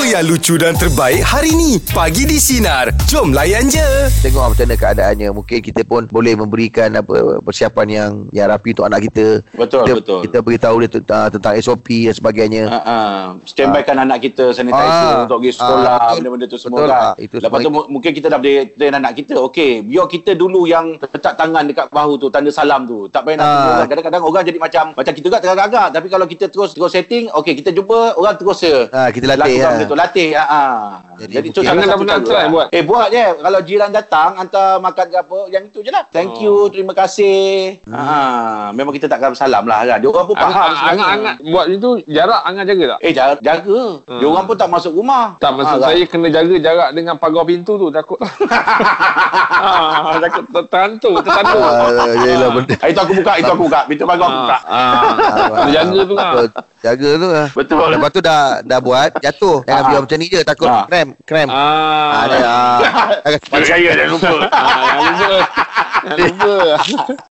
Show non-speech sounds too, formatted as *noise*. yang lucu dan terbaik hari ni. Pagi di Sinar. Jom layan je. Tengok lah macam mana keadaannya. Mungkin kita pun boleh memberikan apa persiapan yang yang rapi untuk anak kita. Betul, kita, betul. Kita beritahu dia tu- ah, tentang SOP dan sebagainya. Ha ah, standby kan anak kita sanitizer Ah, untuk pergi ah, sekolah Ha. betul. benda-benda tu semua Betul, kan. ah, itu Lepas semua tu mu- mungkin kita dah boleh train anak kita. Okey, biar kita dulu yang letak tangan dekat bahu tu tanda salam tu. Tak payah Ah. nak tunggu orang. Kadang-kadang orang jadi macam macam kita juga teragak-agak tapi kalau kita terus terus setting, okey kita jumpa orang terus je. Ah, kita latih, Lakukan ah. benda tu latih. Ha ah. Jadi Jadi, mungkin- salah Jangan dah satu pernah cara try lah. buat. Eh buat je. Kalau jiran datang hantar makan ke apa, yang itu je lah. Thank you, Oh. terima kasih. Ha ah, memang kita takkan salam lah kan. Dia orang pun faham. Ang- ang- sebenarnya. Angat-angat buat itu jarak angat jaga tak? Eh jaga, jaga. Hmm. Hmm. Diorang pun tak masuk rumah. Tak maksud Ah, saya kena jaga jarak dengan pagar pintu tu takut. ah, takut ter- terhantu, tersandu. Ah, yelah, *laughs* benda- *laughs* Ah, Itu aku buka, itu aku buka. Pintu pagar aku buka. Ah, ah. Kena jaga tu lah. Betul. Jaga tu lah. ah. Betul. Lepas tu dah dah buat jatuh. Jangan Ah. biar macam ni je takut Ah. krem, krem. Ah, *laughs* Ah, dah. ah. Pada saya jangan lupa. Ah, jangan lupa. Jangan lupa.